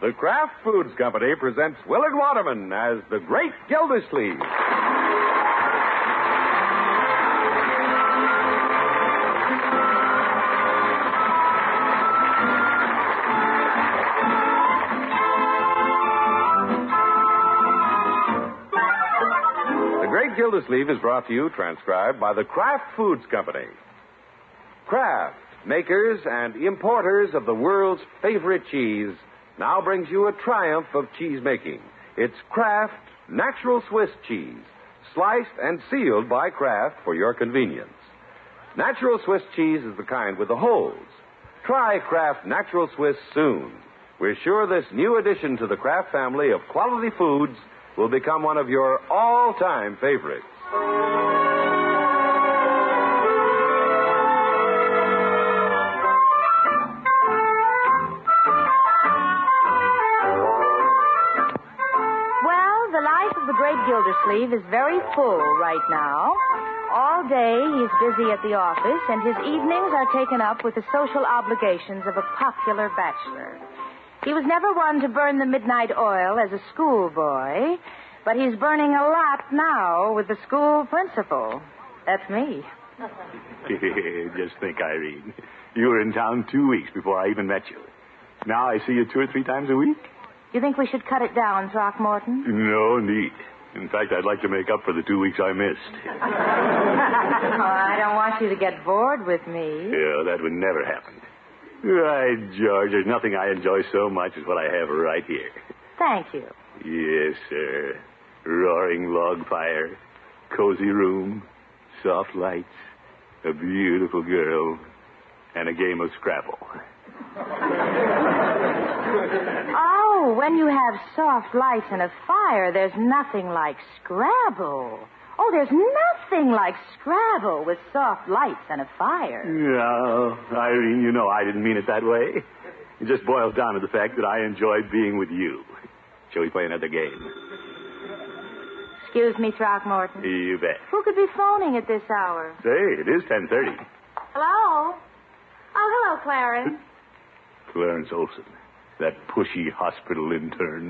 The Kraft Foods Company presents Willard Waterman as the Great Gildersleeve. The Great Gildersleeve is brought to you, transcribed by the Kraft Foods Company. Kraft, makers and importers of the world's favorite cheese, now brings you a triumph of cheese making. It's Kraft Natural Swiss Cheese, sliced and sealed by Kraft for your convenience. Natural Swiss cheese is the kind with the holes. Try Kraft Natural Swiss soon. We're sure this new addition to the Kraft family of quality foods will become one of your all time favorites. Well, the life of the great Gildersleeve is very full right now. All day he's busy at the office, and his evenings are taken up with the social obligations of a popular bachelor. He was never one to burn the midnight oil as a schoolboy, but he's burning a lot now with the school principal. That's me. Just think, Irene. You were in town two weeks before I even met you. Now I see you two or three times a week? You think we should cut it down, Throckmorton? No need. In fact, I'd like to make up for the two weeks I missed. Oh, I don't want you to get bored with me. Yeah, that would never happen. Right, George, there's nothing I enjoy so much as what I have right here. Thank you. Yes, sir. Roaring log fire, cozy room, soft lights, a beautiful girl, and a game of Scrabble. Oh, when you have soft lights and a fire, there's nothing like Scrabble. Oh, there's nothing like Scrabble with soft lights and a fire. No, Irene, you know I didn't mean it that way. It just boils down to the fact that I enjoyed being with you. Shall we play another game? Excuse me, Throckmorton. You bet. Who could be phoning at this hour? Say, it is 10.30. Hello? Oh, hello, Clarence. Clarence Olson, that pushy hospital intern.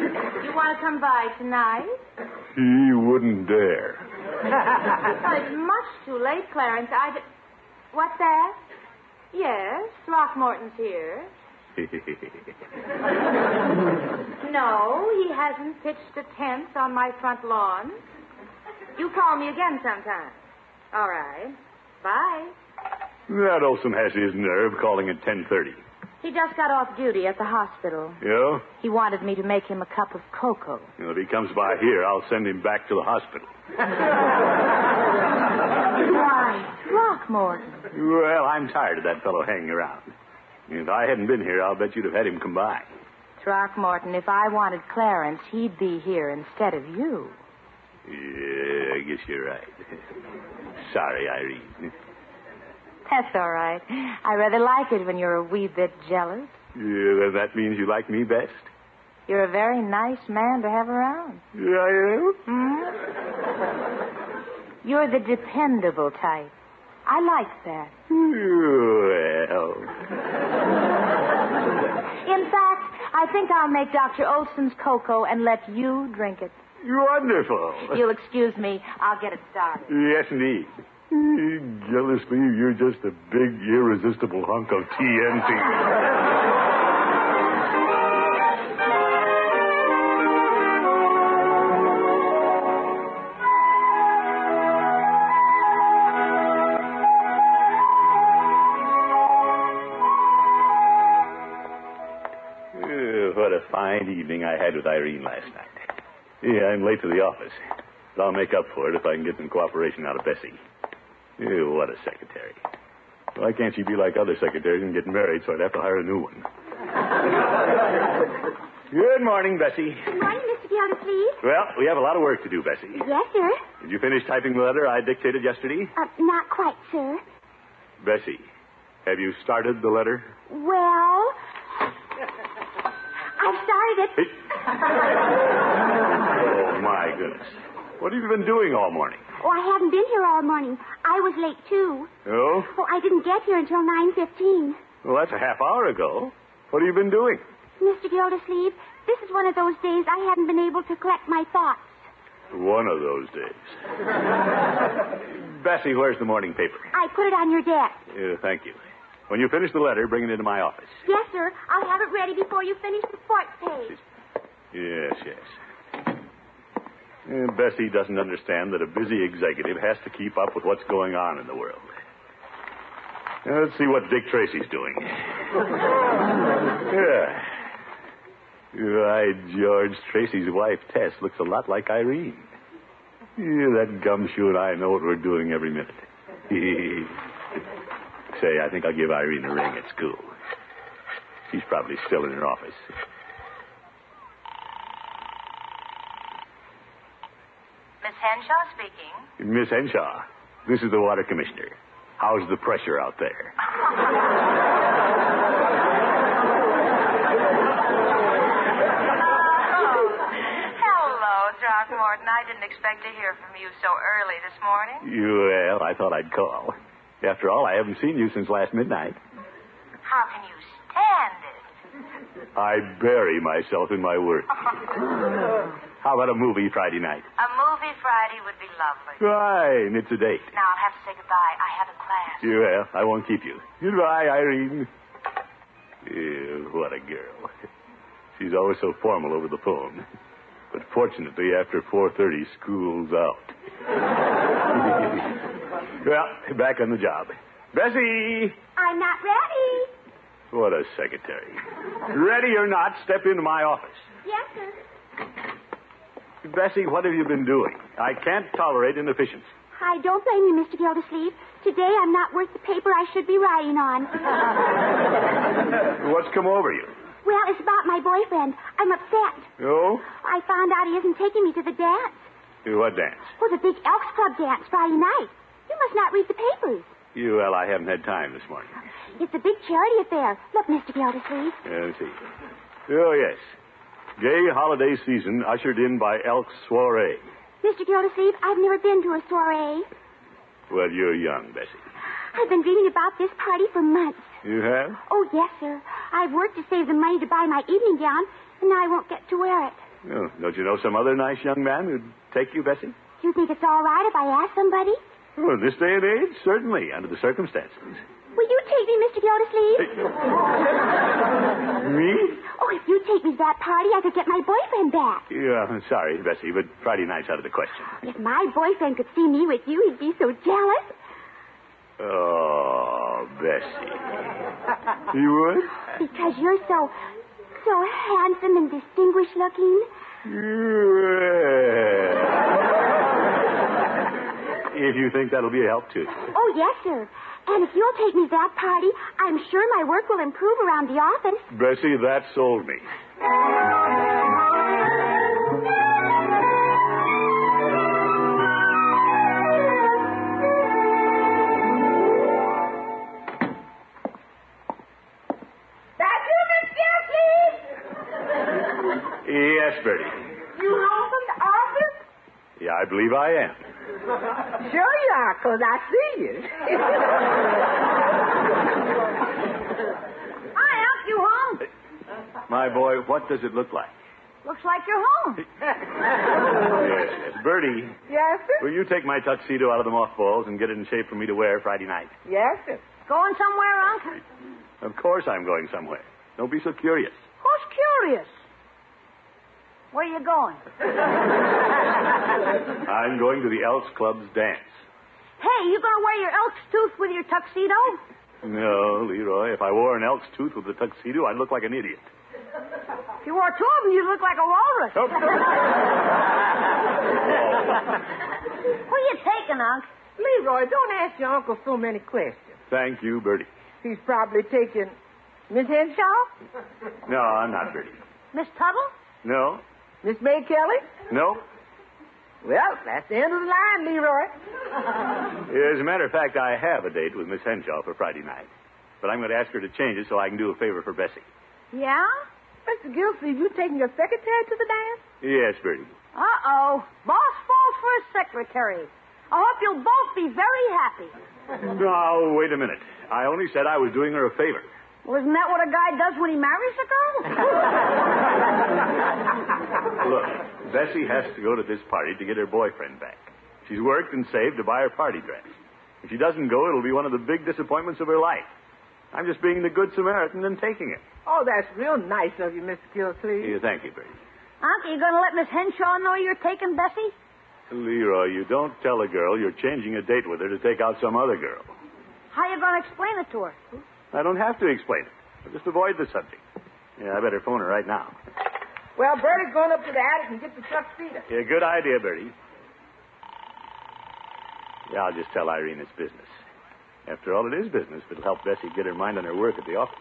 You want to come by tonight? He wouldn't dare. Well, it's much too late, Clarence. I. What's that? Yes, Throckmorton's here. No, he hasn't pitched a tent on my front lawn. You call me again sometime. All right. Bye. that Olson has his nerve calling at 10.30. He just got off duty at the hospital. Yeah? He wanted me to make him a cup of cocoa. Well, if he comes by here, I'll send him back to the hospital. Why, Throckmorton? Well, I'm tired of that fellow hanging around. If I hadn't been here, I'll bet you'd have had him come by. Throckmorton, if I wanted Clarence, he'd be here instead of you. Yeah, I guess you're right. Sorry, Irene. That's all right. I rather like it when you're a wee bit jealous. Yeah, then that means you like me best? You're a very nice man to have around. Yeah, I am. Hmm? You're the dependable type. I like that. Well, In fact, I think I'll make Dr. Olson's cocoa and let you drink it. wonderful. You'll excuse me. I'll get it started. Yes, indeed. Gildersleeve, you're just a big, irresistible hunk of TNT. Uh, what a fine evening I had with Irene last night. Yeah, I'm late to the office, but I'll make up for it if I can get some cooperation out of Bessie. Ew, what a secretary. Why can't she be like other secretaries and get married so I'd have to hire a new one? Good morning, Bessie. Good morning, Mr. Gildersleeve. Well, we have a lot of work to do, Bessie. Yes, sir. Did you finish typing the letter I dictated yesterday? Uh, not quite, sir. Bessie, have you started the letter? Well, I've started it. Hey. oh, my goodness. What have you been doing all morning? Oh, I haven't been here all morning. I was late too. Oh? Oh, I didn't get here until nine fifteen. Well, that's a half hour ago. What have you been doing? Mr. Gildersleeve, this is one of those days I haven't been able to collect my thoughts. One of those days. Bessie, where's the morning paper? I put it on your desk. Uh, thank you. When you finish the letter, bring it into my office. Yes, sir. I'll have it ready before you finish the sports page. Yes, yes. Uh, Bessie doesn't understand that a busy executive has to keep up with what's going on in the world. Now, let's see what Dick Tracy's doing. yeah. Why, George Tracy's wife, Tess, looks a lot like Irene. Yeah, that gumshoe and I know what we're doing every minute. Say, I think I'll give Irene a ring at school. She's probably still in her office. Miss Henshaw speaking. Miss Henshaw, this is the water commissioner. How's the pressure out there? Hello, Throckmorton. I didn't expect to hear from you so early this morning. Well, I thought I'd call. After all, I haven't seen you since last midnight. How can you stand it? I bury myself in my work. How about a movie Friday night? A movie Friday would be lovely. Fine, it's a date. Now I'll have to say goodbye. I have a class. Well, I won't keep you. Goodbye, Irene. Eh, what a girl. She's always so formal over the phone. But fortunately, after 4.30, school's out. well, back on the job. Bessie! I'm not ready. What a secretary. Ready or not, step into my office. Yes, sir. Bessie, what have you been doing? I can't tolerate inefficiency. I don't blame you, Mr. Gildersleeve. Today I'm not worth the paper I should be writing on. What's come over you? Well, it's about my boyfriend. I'm upset. Oh? I found out he isn't taking me to the dance. What dance? Well, the big Elks Club dance Friday night. You must not read the papers. You, well, I haven't had time this morning. It's a big charity affair. Look, Mr. Gildersleeve. Uh, Let's see. Oh, yes. Gay holiday season ushered in by elk soiree. Mr. Gildersleeve, I've never been to a soiree. Well, you're young, Bessie. I've been dreaming about this party for months. You have? Oh, yes, sir. I've worked to save the money to buy my evening gown, and now I won't get to wear it. Oh, don't you know some other nice young man who'd take you, Bessie? Do you think it's all right if I ask somebody? Oh, in this day and age, certainly, under the circumstances. Will you take me, Mr. Gildersleeve? Me? Oh, if you take me to that party, I could get my boyfriend back. Yeah, I'm sorry, Bessie, but Friday night's out of the question. If my boyfriend could see me with you, he'd be so jealous. Oh, Bessie. You Because you're so, so handsome and distinguished looking. would? Yeah. If you think that'll be a help to you. Oh, yes, sir. And if you'll take me to that party, I'm sure my work will improve around the office. Bessie, that sold me. That you, Miss Gildersleeve? Yes, Bertie. You home from the office? Yeah, I believe I am. Sure you are, 'cause I see you. I helped you home. My boy, what does it look like? Looks like you're home. Yes, yes. Bertie, Yes, sir. will you take my tuxedo out of the mothballs and get it in shape for me to wear Friday night? Yes, sir. Going somewhere, Uncle? Of course I'm going somewhere. Don't be so curious. Who's curious? Where you going? I'm going to the Elks Club's dance. Hey, you gonna wear your elk's tooth with your tuxedo? No, Leroy, if I wore an elk's tooth with a tuxedo, I'd look like an idiot. If you wore two of them, you'd look like a walrus. Oh. Who you taking, Unc? Leroy, don't ask your uncle so many questions. Thank you, Bertie. He's probably taking Miss Henshaw, No, I'm not Bertie. Miss Tuttle? No, Miss May Kelly. no. Well, that's the end of the line, Leroy. As a matter of fact, I have a date with Miss Henshaw for Friday night. But I'm going to ask her to change it so I can do a favor for Bessie. Yeah? Mr. Gilsey, you taking your secretary to the dance? Yes, Bertie. Uh-oh. Boss falls for his secretary. I hope you'll both be very happy. Now, wait a minute. I only said I was doing her a favor. Well, isn't that what a guy does when he marries a girl? Look, Bessie has to go to this party to get her boyfriend back. She's worked and saved to buy her party dress. If she doesn't go, it'll be one of the big disappointments of her life. I'm just being the good Samaritan and taking it. Oh, that's real nice of you, Miss Gilsleeve. Yeah, thank you, Bertie. Unc, are you going to let Miss Henshaw know you're taking Bessie? Leroy, you don't tell a girl you're changing a date with her to take out some other girl. How you going to explain it to her? I don't have to explain it. I'll just avoid the subject. Yeah, I better phone her right now. Well, Bertie's going up to the attic and get the tuxedo. Yeah, good idea, Bertie. Yeah, I'll just tell Irene it's business. After all, it is business. It'll help Bessie get her mind on her work at the office.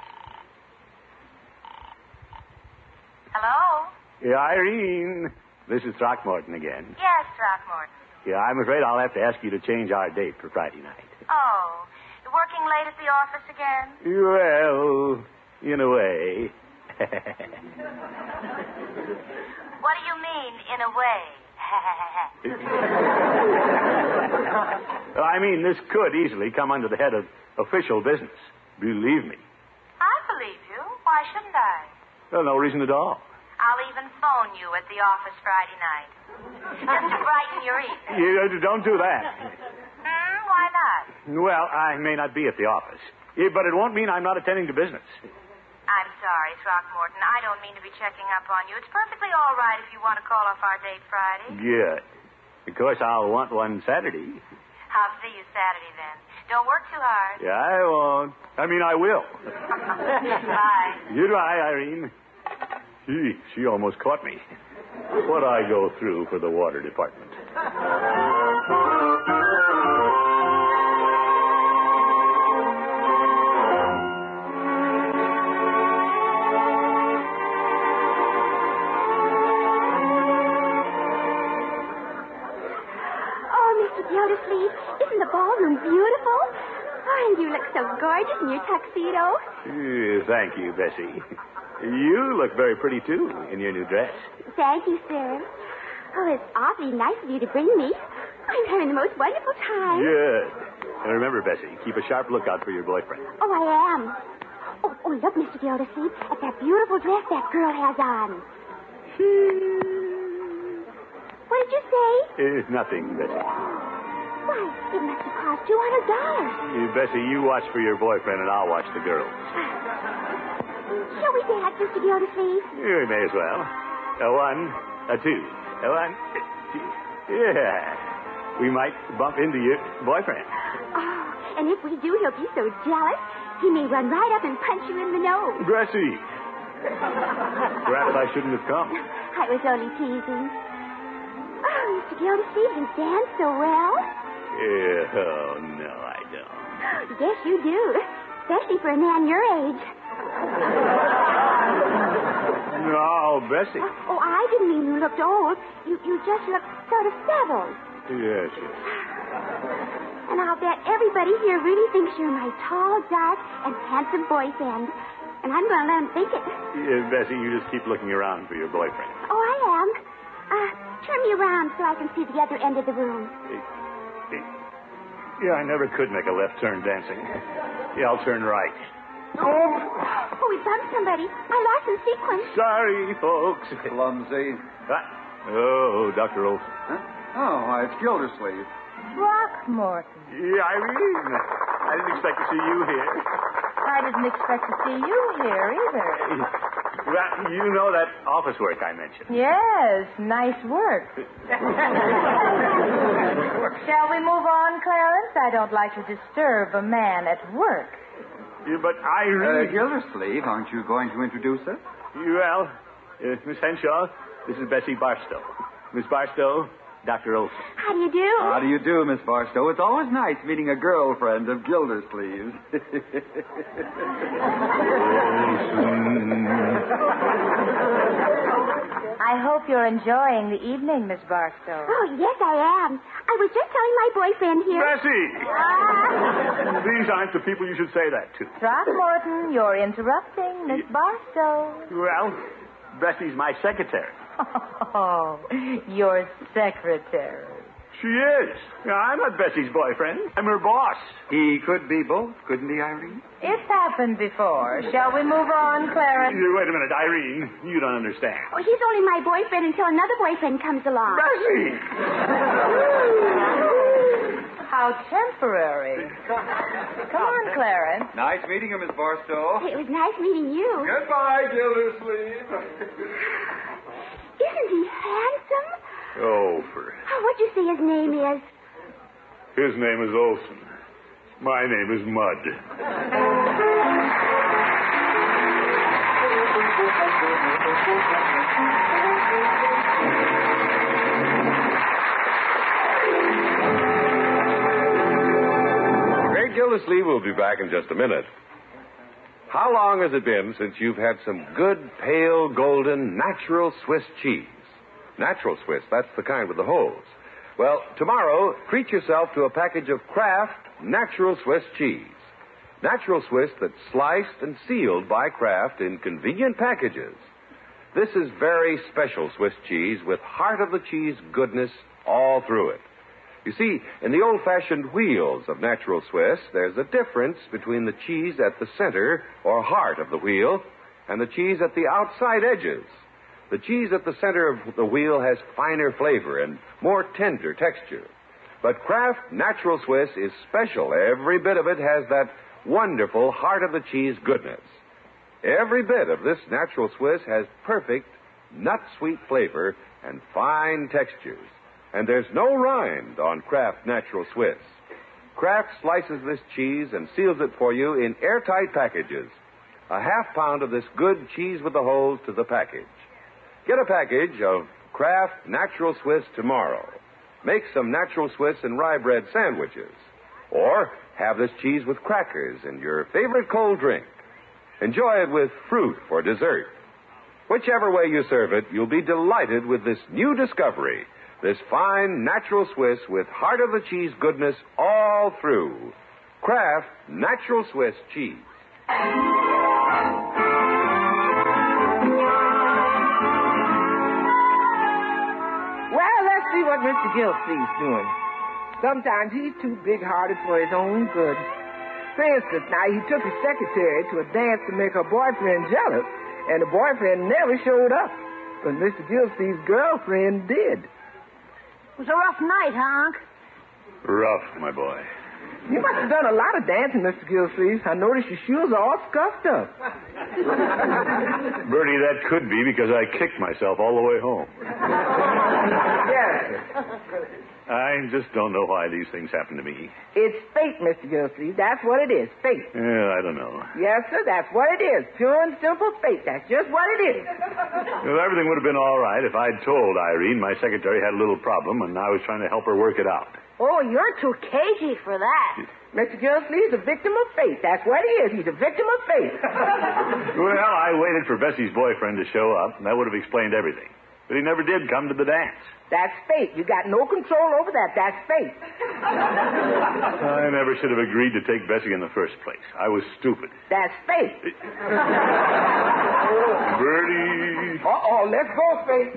Hello? Yeah, Irene. This is Throckmorton again. Yes, Throckmorton. Yeah, I'm afraid I'll have to ask you to change our date for Friday night. Oh, you're working late at the office again? Well, in a way. What do you mean, in a way? Well, I mean, this could easily come under the head of official business. Believe me. I believe you. Why shouldn't I? Well, no reason at all. I'll even phone you at the office Friday night. Just to brighten your evening. You, uh, don't do that. Hmm? Why not? Well, I may not be at the office, Yeah, but it won't mean I'm not attending to business. I'm sorry, Throckmorton. I don't mean to be checking up on you. It's perfectly all right if you want to call off our date Friday. Good. Of course, I'll want one Saturday. I'll see you Saturday then. Don't work too hard. Yeah, I won't. I mean, I will. Bye. Goodbye, Irene. Gee, she almost caught me. What I go through for the water department. Oh, Mr. Gildersleeve, isn't the ballroom beautiful? Oh, and you look so gorgeous in your tuxedo. Eh, Thank you, Bessie. You look very pretty, too, in your new dress. Thank you, sir. Oh, it's awfully nice of you to bring me. I'm having the most wonderful time. Good. And remember, Bessie, keep a sharp lookout for your boyfriend. Oh, I am. Oh, oh, look, Mr. Gildersleeve, at that beautiful dress that girl has on. Hmm. What did you say? Eh, nothing, Bessie. Why, it must have cost two hundred dollars. Eh, Bessie, you watch for your boyfriend, and I'll watch the Eh, girls. Shall we dance, Mr. Gildersleeve? You may as well. A one, a two, a one, a two. Yeah. We might bump into your boyfriend. Oh, and if we do, he'll be so jealous. He may run right up and punch you in the nose. Bessie. Perhaps I shouldn't have come. I was only teasing. Oh, Mr. Gildersleeve, you dance so well. Yeah, oh, no, I don't. Yes, you do. Especially for a man your age. No, Bessie. Oh, I didn't mean you looked old. You, you just look sort of settled. Yes, yes. And I'll bet everybody here really thinks you're my tall, dark, and handsome boyfriend. And I'm going to let him think it. Yeah, Uh, Bessie, you just keep looking around for your boyfriend. Oh, I am. Uh, turn me around so I can see the other end of the room. Yeah, I never could make a left turn dancing. Yeah, I'll turn right. Oh, we bumped somebody. I lost in sequence. Sorry, folks. Clumsy. Ah, Oh, Dr. Olson. Huh? Oh, why, it's Gildersleeve. Throckmorton. Yeah, Irene. I didn't expect to see you here. I didn't expect to see you here either. Well, you know that office work I mentioned. Yes, nice work. Shall we move on, Clarence? I don't like to disturb a man at work. Yeah, but Uh, Irene. Gildersleeve, aren't you going to introduce her? well, uh, Miss Henshaw, this is Bessie Barstow. Miss Barstow, Dr. Olson. How do you do? How do you do, Miss Barstow? It's always nice meeting a girlfriend of Gildersleeve's. I hope you're enjoying the evening, Miss Barstow. Oh, yes, I am. I was just telling my boyfriend here. Ah. Bessie! These aren't the people you should say that to. Throckmorton, you're interrupting Miss Barstow. Well, Bessie's my secretary. Oh, your secretary. She is. I'm not Bessie's boyfriend. I'm her boss. He could be both, couldn't he, Irene? It's happened before. Shall we move on, Clarence? You- Wait a minute, Irene. You don't understand. Oh, he's only my boyfriend until another boyfriend comes along. Bessie! How temporary. Come on, Clarence. Nice meeting you, Miss Barstow. Oh, It was nice meeting you. Goodbye, Gildersleeve. Isn't he handsome? Oh, for Oh, what'd you say his name is? His name is Olson. My name is Mud. Great Gildersleeve will be back in just a minute. How long has it been since you've had some good, pale, golden, natural Swiss cheese? Natural Swiss, that's the kind with the holes. Well, tomorrow, treat yourself to a package of Kraft Natural Swiss cheese. Natural Swiss that's sliced and sealed by Kraft in convenient packages. This is very special Swiss cheese with heart of the cheese goodness all through it. You see, in the old fashioned wheels of natural Swiss, there's a difference between the cheese at the center or heart of the wheel and the cheese at the outside edges. The cheese at the center of the wheel has finer flavor and more tender texture. But Kraft Natural Swiss is special. Every bit of it has that wonderful heart of the cheese goodness. Every bit of this natural Swiss has perfect nut sweet flavor and fine textures. And there's no rind on Kraft Natural Swiss. Kraft slices this cheese and seals it for you in airtight packages. A half pound of this good cheese with the holes to the package. Get a package of Kraft Natural Swiss tomorrow. Make some natural Swiss and rye bread sandwiches. Or have this cheese with crackers and your favorite cold drink. Enjoy it with fruit for dessert. Whichever way you serve it, you'll be delighted with this new discovery. This fine natural Swiss with heart of the cheese goodness all through. Kraft Natural Swiss Cheese. Well, let's see what Mr. Gilsey's doing. Sometimes he's too big hearted for his own good. For instance, now he took his secretary to a dance to make her boyfriend jealous, and the boyfriend never showed up. But Mr. Gilsey's girlfriend did. It was a rough night, Honk. Rough, my boy. You must have done a lot of dancing, Mr. Gilsleeves. I noticed your shoes are all scuffed up. Bertie, that could be because I kicked myself all the way home. Yes. I just don't know why these things happen to me. It's fate, Mr. Gilsleeves. That's what it is. Fate. Yeah, I don't know. Yes, sir, that's what it is. Pure and simple fate. That's just what it is. Well, everything would have been all right if I'd told Irene my secretary had a little problem and I was trying to help her work it out. Oh, you're too cagey for that. Mr. Gilslee's a victim of fate. That's what he is. He's a victim of fate. Well, I waited for Bessie's boyfriend to show up, and that would have explained everything. But he never did come to the dance. That's fate. You got no control over that. That's fate. I never should have agreed to take Bessie in the first place. I was stupid. That's fate. Bertie. Uh-oh, let's go, fate.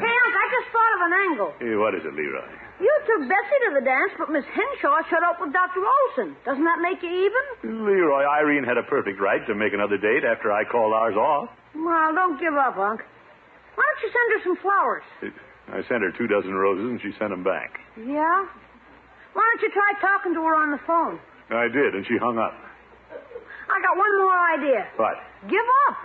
Hey, Unc, I just thought of an angle. Hey, what is it, Leroy? You took Bessie to the dance, but Miss Henshaw shut up with Dr. Olson. Doesn't that make you even? Leroy, Irene had a perfect right to make another date after I called ours off. Well, don't give up, Unc. Why don't you send her some flowers? I sent her two dozen roses, and she sent them back. Yeah? Why don't you try talking to her on the phone? I did, and she hung up. I got one more idea. But Give up.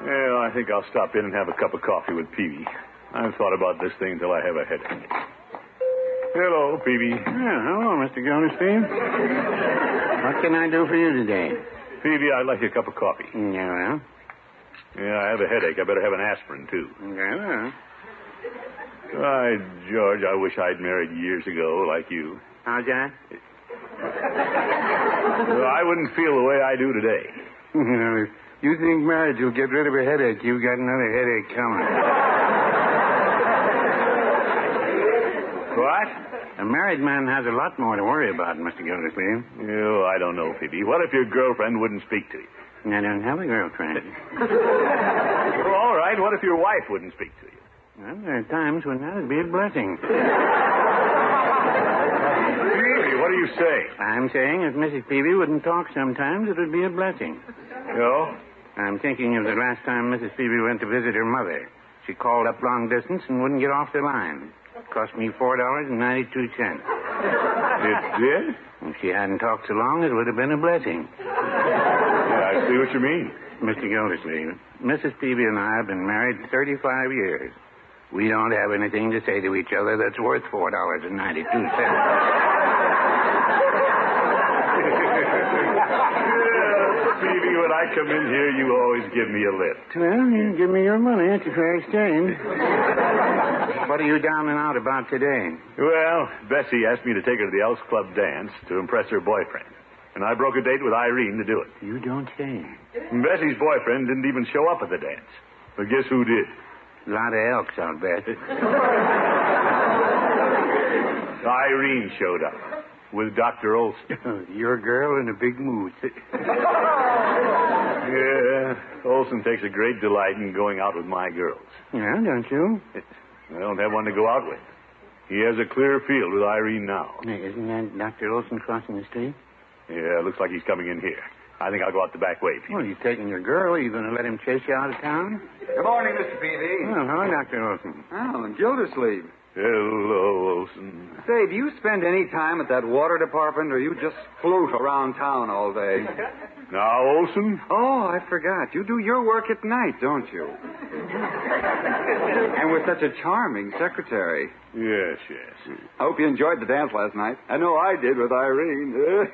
Well, I think I'll stop in and have a cup of coffee with Peavy. I've thought about this thing until I have a headache. Hello, Peavy. hello, Mr. Gildersleeve. What can I do for you today? Peavy, I'd like a cup of coffee. Yeah, well, Yeah, I have a headache. I better have an aspirin, too. yeah, well. Why, George, I wish I'd married years ago, like you. How's that? Well, I wouldn't feel the way I do today. if you think marriage will get rid of a headache, you've got another headache coming. What? A married man has a lot more to worry about, Mr. Gildersleeve. Oh, I don't know, Phoebe. What if your girlfriend wouldn't speak to you? I don't have a girlfriend. Well, all right. What if your wife wouldn't speak to you? Well, there are times when that'd be a blessing. Phoebe, what are you saying? I'm saying if Mrs. Peavy wouldn't talk sometimes, it would be a blessing. No? I'm thinking of the last time Mrs. Peavy went to visit her mother. She called up long distance and wouldn't get off the line. Cost me four dollars and ninety-two cents. It did? If she hadn't talked so long, it would have been a blessing. Yeah, I see what you mean. Mr. Gildersleeve, Mrs. Peavy and I have been married 35 years. We don't have anything to say to each other that's worth $4.92. Yeah, Phoebe, when I come in here, you always give me a lift. well, you give me your money. It's a fair exchange. what are you down and out about today? Well, Bessie asked me to take her to the Elks Club dance to impress her boyfriend. And I broke a date with Irene to do it. You don't say. And Bessie's boyfriend didn't even show up at the dance. But guess who did? A lot of elks, I'll bet. Irene showed up with Dr. Olson. Your girl in a big mood. Yeah, Olson takes a great delight in going out with my girls. yeah, don't you? I don't have one to go out with. He has a clear field with Irene now. Isn't that Dr. Olson crossing the street? Yeah, looks like he's coming in here. I think I'll go out the back way, Pete. Well, he's taking your girl. Are you going to let him chase you out of town? Good morning, Mr. Peavy. Well, hi, Dr. Olson. Oh, and Gildersleeve. Hello, Olson. Say, do you spend any time at that water department, or you just float around town all day? Now, Olson? Oh, I forgot. You do your work at night, don't you? and with such a charming secretary. Yes, yes. I hope you enjoyed the dance last night. I know I did with Irene.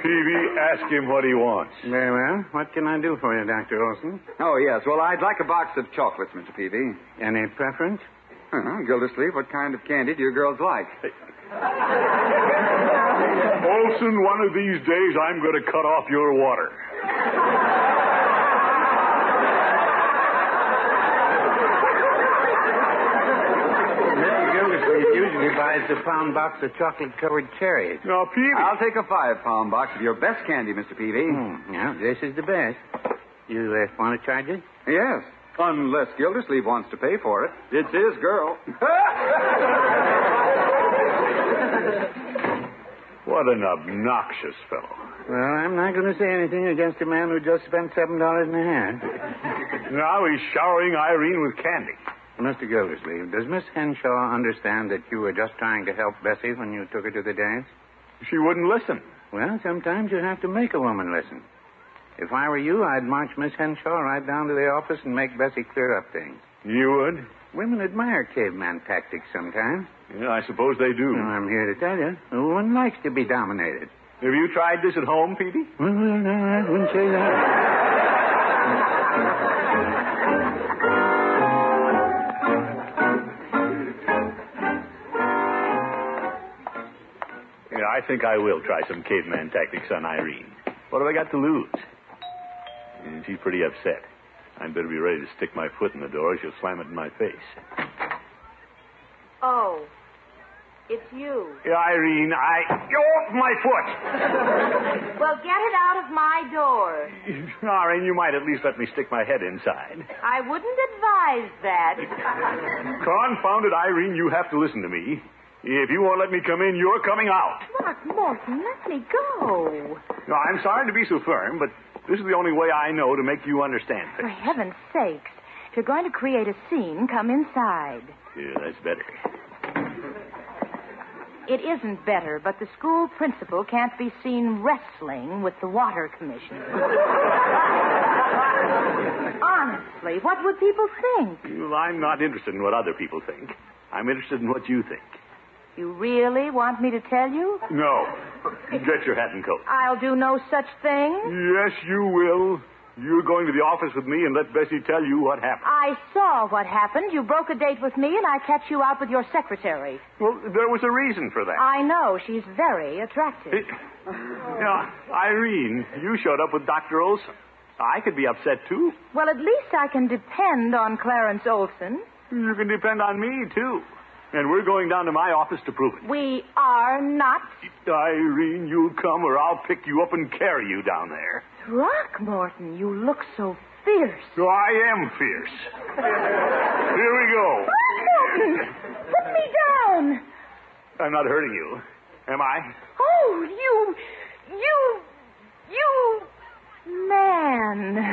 Phoebe, ask him what he wants. Very well. What can I do for you, Dr. Olson? oh, yes. Well, I'd like a box of chocolates, Mr. Peavy. Any preference? Uh-huh. Gildersleeve, what kind of candy do you girls like? Olson, one of these days I'm going to cut off your water. Mr. Gildersleeve usually buys a pound box of chocolate-covered cherries. Now, Phoebe. I'll take a five pound box of your best candy, Mr. Peavy. Hmm, yeah, this is the best. You uh, want to charge it? Yes. Unless Gildersleeve wants to pay for it. It's his girl. What an obnoxious fellow. Well, I'm not going to say anything against a man who just spent seven dollars and a half. Now he's showering Irene with candy. Mr. Gildersleeve, does Miss Henshaw understand that you were just trying to help Bessie when you took her to the dance? She wouldn't listen. Well, sometimes you have to make a woman listen. If I were you, I'd march Miss Henshaw right down to the office and make Bessie clear up things. You would? Women admire caveman tactics sometimes. Yeah, I suppose they do. Well, I'm here to tell you, no one likes to be dominated. Have you tried this at home, Phoebe? Well, well, no, I wouldn't say that. Yeah, I think I will try some caveman tactics on Irene. What have I got to lose? And she's pretty upset. I better be ready to stick my foot in the door. She'll slam it in my face. Oh, it's you. Yeah, Irene, I. Oh, my foot! Well, get it out of my door. Irene, you might at least let me stick my head inside. I wouldn't advise that. Confound it, Irene, you have to listen to me. If you won't let me come in, you're coming out. Mark Morton, let me go. Now, I'm sorry to be so firm, but this is the only way I know to make you understand For things. heaven's sakes. If you're going to create a scene, come inside. Yeah, that's better. It isn't better, but the school principal can't be seen wrestling with the water commissioner. Honestly, what would people think? Well, I'm not interested in what other people think. I'm interested in what you think. You really want me to tell you? No. Get your hat and coat. I'll do no such thing. Yes, you will. You're going to the office with me and let Bessie tell you what happened. I saw what happened. You broke a date with me, and I catch you out with your secretary. Well, there was a reason for that. I know she's very attractive. It- Now, Irene, you showed up with Dr. Olson. I could be upset, too. Well, at least I can depend on Clarence Olson. You can depend on me, too. And we're going down to my office to prove it. We are not. Irene, you come or I'll pick you up and carry you down there. Throckmorton, you look so fierce. So I am fierce. Here we go. Throckmorton, put me down. I'm not hurting you, am I? Oh, you. You. You. Man.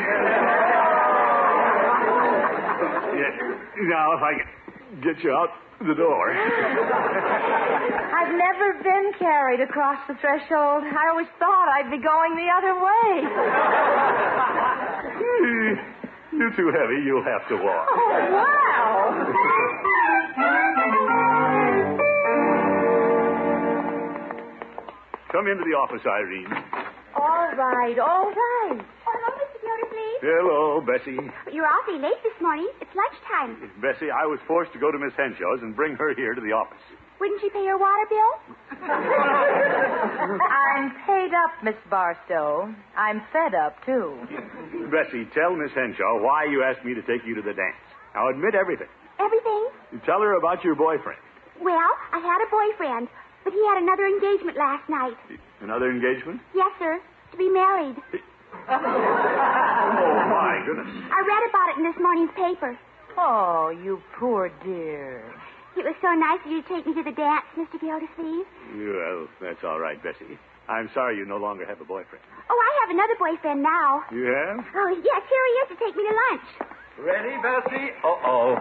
Yes. Now, if I can get you out the door. I've never been carried across the threshold. I always thought I'd be going the other way. You're too heavy. You'll have to walk. Oh, "Oh, wow. Come into the office, Irene. All right, all right. Oh, hello, Mr. Gildersleeve. Hello, Bessie. You're awfully late this morning. It's lunchtime. Bessie, I was forced to go to Miss Henshaw's and bring her here to the office. Wouldn't she pay your water bill? I'm paid up, Miss Barstow. I'm fed up, too. Bessie, tell Miss Henshaw why you asked me to take you to the dance. Now, admit everything. Everything? Tell her about your boyfriend. Well, I had a boyfriend, but he had another engagement last night. Another engagement? Yes, sir. To be married. oh, my goodness. I read about it in this morning's paper. Oh, you poor dear. It was so nice of you to take me to the dance, Mr. Gildersleeve. Well, that's all right, Bessie. I'm sorry you no longer have a boyfriend. Oh, I have another boyfriend now. You have? Oh, yes, here he is to take me to lunch. Ready, Bessie? Uh-oh.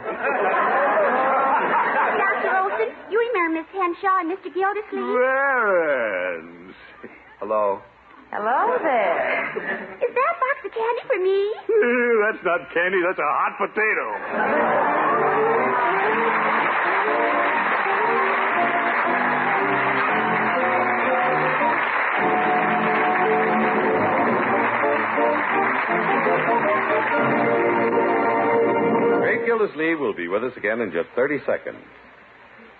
Dr. Olson, you remember Miss Henshaw and Mr. Gildersleeve? Clarence. Hello. Hello there. Is that a box of candy for me? that's not candy. That's a hot potato. Great Gildersleeve will be with us again in just 30 seconds.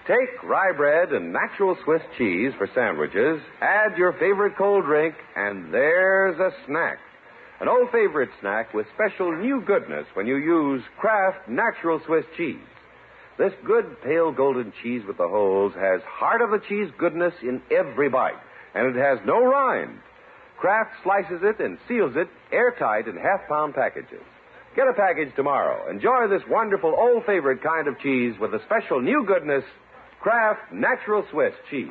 Take rye bread and natural Swiss cheese for sandwiches. Add your favorite cold drink, and there's a snack. An old favorite snack with special new goodness when you use Kraft Natural Swiss cheese. This good pale golden cheese with the holes has heart of the cheese goodness in every bite, and it has no rind. Kraft slices it and seals it airtight in half pound packages. Get a package tomorrow. Enjoy this wonderful old favorite kind of cheese with a special new goodness Kraft Natural Swiss cheese.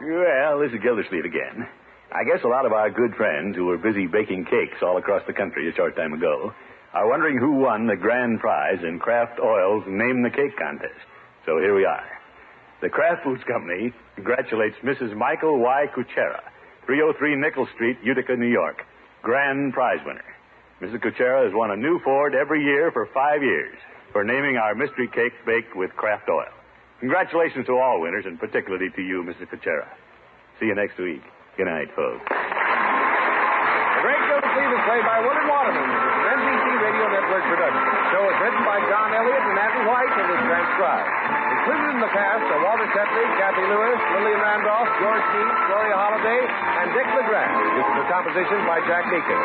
Well, this is Gildersleeve again. I guess a lot of our good friends who were busy baking cakes all across the country a short time ago are wondering who won the grand prize in Kraft Oil's Name the Cake contest. So here we are. The Kraft Foods Company congratulates Mrs. Michael Y. Kuchera, 303 Nickel Street, Utica, New York, grand prize winner. Mrs. Kuchera has won a new Ford every year for five years for naming our mystery cake baked with Kraft oil. Congratulations to all winners, and particularly to you, Mrs. Kuchera. See you next week. Good night, folks. The Great Gildersleeve is played by William Waterman. This is an NBC Radio Network production. The show is written by John Elliott and Abby White and is transcribed. Included in the cast are Walter Tetley, Kathy Lewis, Lillian Randolph, George Keith, Gloria Holliday, and Dick LeGrand. Music to compositions by Jack Deacon.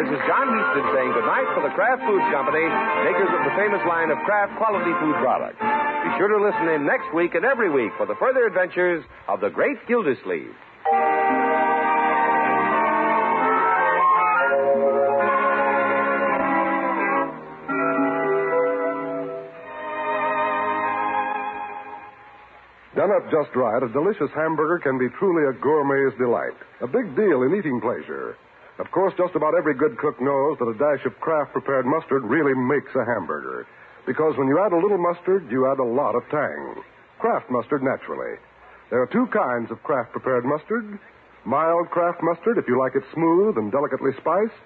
This is John Houston saying goodnight for the Kraft Foods Company, makers of the famous line of Kraft quality food products. Be sure to listen in next week and every week for the further adventures of the Great Gildersleeve. Done up just right, a delicious hamburger can be truly a gourmet's delight, a big deal in eating pleasure. Of course, just about every good cook knows that a dash of Kraft prepared mustard really makes a hamburger. Because when you add a little mustard, you add a lot of tang. Kraft mustard, naturally. There are two kinds of Kraft prepared mustard mild Kraft mustard, if you like it smooth and delicately spiced,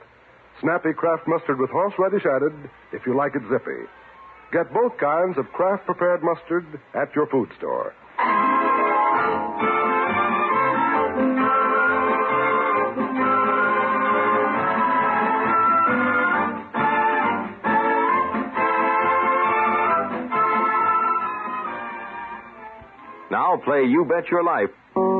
snappy Kraft mustard with horseradish added, if you like it zippy. Get both kinds of Kraft prepared mustard at your food store. Now play You Bet Your Life.